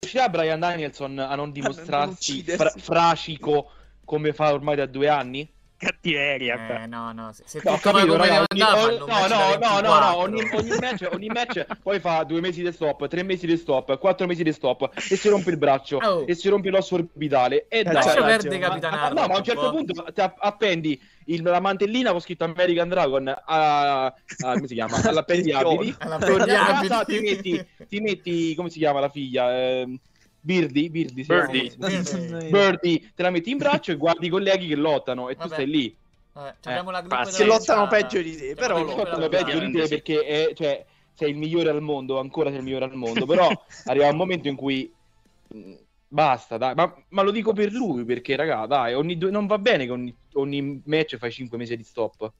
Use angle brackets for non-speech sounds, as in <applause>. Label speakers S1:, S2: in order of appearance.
S1: riuscirà Brian Danielson <laughs> a non dimostrarsi
S2: uccidersi.
S1: fra- fracico come fa ormai da due anni?
S2: Cattiveria. però.
S3: Eh, no, no, se, se
S1: Ho
S3: tutto va
S1: capito,
S3: come
S1: raga,
S3: andava,
S1: ogni- no,
S3: hanno un
S1: no,
S3: match da
S1: no, no, no,
S3: 24.
S1: ogni, <laughs> ogni match, ogni match poi fa due mesi di stop, tre mesi di stop, quattro mesi di stop e si rompe il braccio
S3: Oh.
S1: e si rompe l'osso orbitale e dai,
S3: Lascia
S2: Cioè,
S1: dai.
S3: perdere
S2: ma-
S3: Capitan
S1: Ma-
S3: Harlock
S1: no, ma a un certo
S3: po'.
S1: punto ti app- appendi il- la mantellina con scritto American Dragon a, a- Ah, come si chiama? All'appendiabili.
S3: Alla
S1: Torni a
S3: Abili.
S1: casa, Ah, ti metti,
S3: Eh,
S1: ti metti, come si chiama la figlia? Ehm, Birdy, Birdy, si
S4: Birdie.
S1: chiama?
S3: Birdie.
S1: Birdie, te la metti in braccio e guardi i colleghi che lottano e tu
S3: Vabbè.
S1: stai lì.
S3: Eh, abbiamo la
S4: Ah,
S3: gruppa
S4: si
S2: Che
S3: della
S2: lottano
S3: risata.
S2: peggio di te,
S3: Cioè,
S2: però
S3: ma
S1: Poi
S3: quello-
S2: lottano.
S1: sono peggio di te
S4: sì.
S1: perché è- cioè, sei il migliore al mondo, ancora sei il migliore al mondo, però arriva un momento in cui mh, basta, dai. Ma, ma lo dico per lui perché, raga, dai, ogni due- non va bene che ogni, ogni match fai 5 mesi di stop.